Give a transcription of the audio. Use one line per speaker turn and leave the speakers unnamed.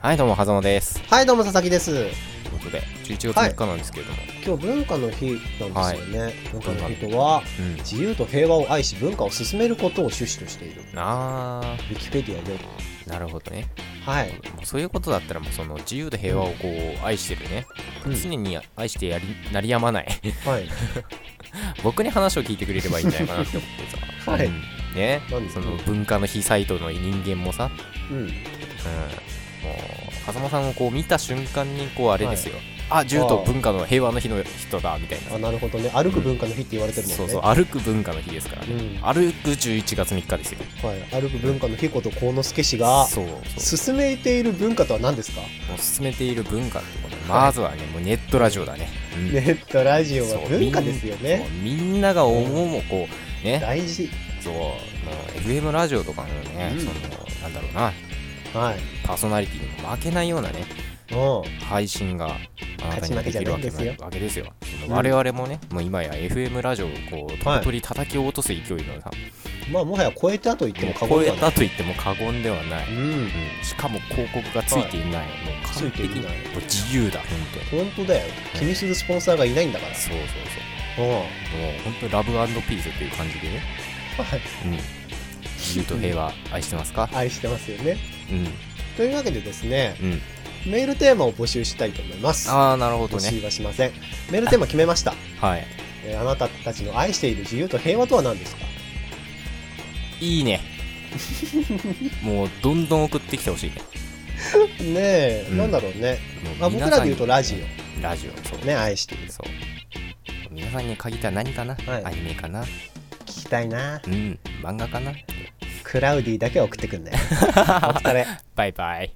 はいどうもはざまです
はいどうも佐々木です
ということで11月3日なんですけれども、
今日文化の日なんですよね、文化の日とは
うん
自由と平和を愛し文化を進めることを趣旨としている
あ
ウィキペディアで
ーなるほどね
はい
もうそういうことだったらもうその自由で平和をこう愛してるね、
うん
常に愛してやり鳴りやまない
はい
僕に話を聞いてくれればいいんじゃないかなって思ってさ
はい
うんね
なんで
その文化の日サイトの人間もさ、
うん
うん、もう風間さんをこう見た瞬間にこうあれですよ、あ自由と文化の平和の日の人だみたいな
あなるほどね歩く文化の日って言われてるもんね、
そうそう歩く文化の日ですからね、
うん
歩く11月3日ですよ
はい、歩く文化の日こと幸之助氏が
そうそう
進めている文化とは何ですか
もう進めている文化ってことでまずはね、もうネットラジオだね、うん
ネットラジオ
そ
は
う
文化ですよね
みんそうみんなが思うもこうね
大事
そうもう FM ラジオとかのね、
うん
そのなんだろうな
はい
パーソナリティにも負けないようなね
うん
配信があなたにはできるわけ
勝ち負けじゃな
な
いんで
い
す
わけですよ
うん
我々もねもう今や FM ラジオをこう
は
鳥取
い
叩き落とす勢いのさ、
まあもはや超えたと言っても過言
超
で
え
はない
たと言っても過言ではない、
うん
うんしかも広告がついていない、もう完璧に
ついていない
もう自由だ本当に
本当だよ気にするスポンサーがいないんだから
そうそう
うんは
そうもう本当にラブピースっていう感じでね、う
い
ん、自由と平和愛してますか
愛してますよね
うん
というわけでですね
うん
メールテーマを募集したいと思います
ああなるほど
募
ね
集はしませんメールテーマ決めました、
はい
えーあなたたちの愛している自由と平和とは何ですか
いい ねもうどんどん送ってきてほしいね
ねえ、
うん
なんだろうね、ま
も
あ、
う
僕
皆
ら
さん
で
に
言うとラジ
ラジオそう
オね愛している
そう皆さんに限ったら何かな、
はい
アニメかな
聞きたいな
うん漫画かな
クラウディだけは送ってくんねお疲れ
バイバイ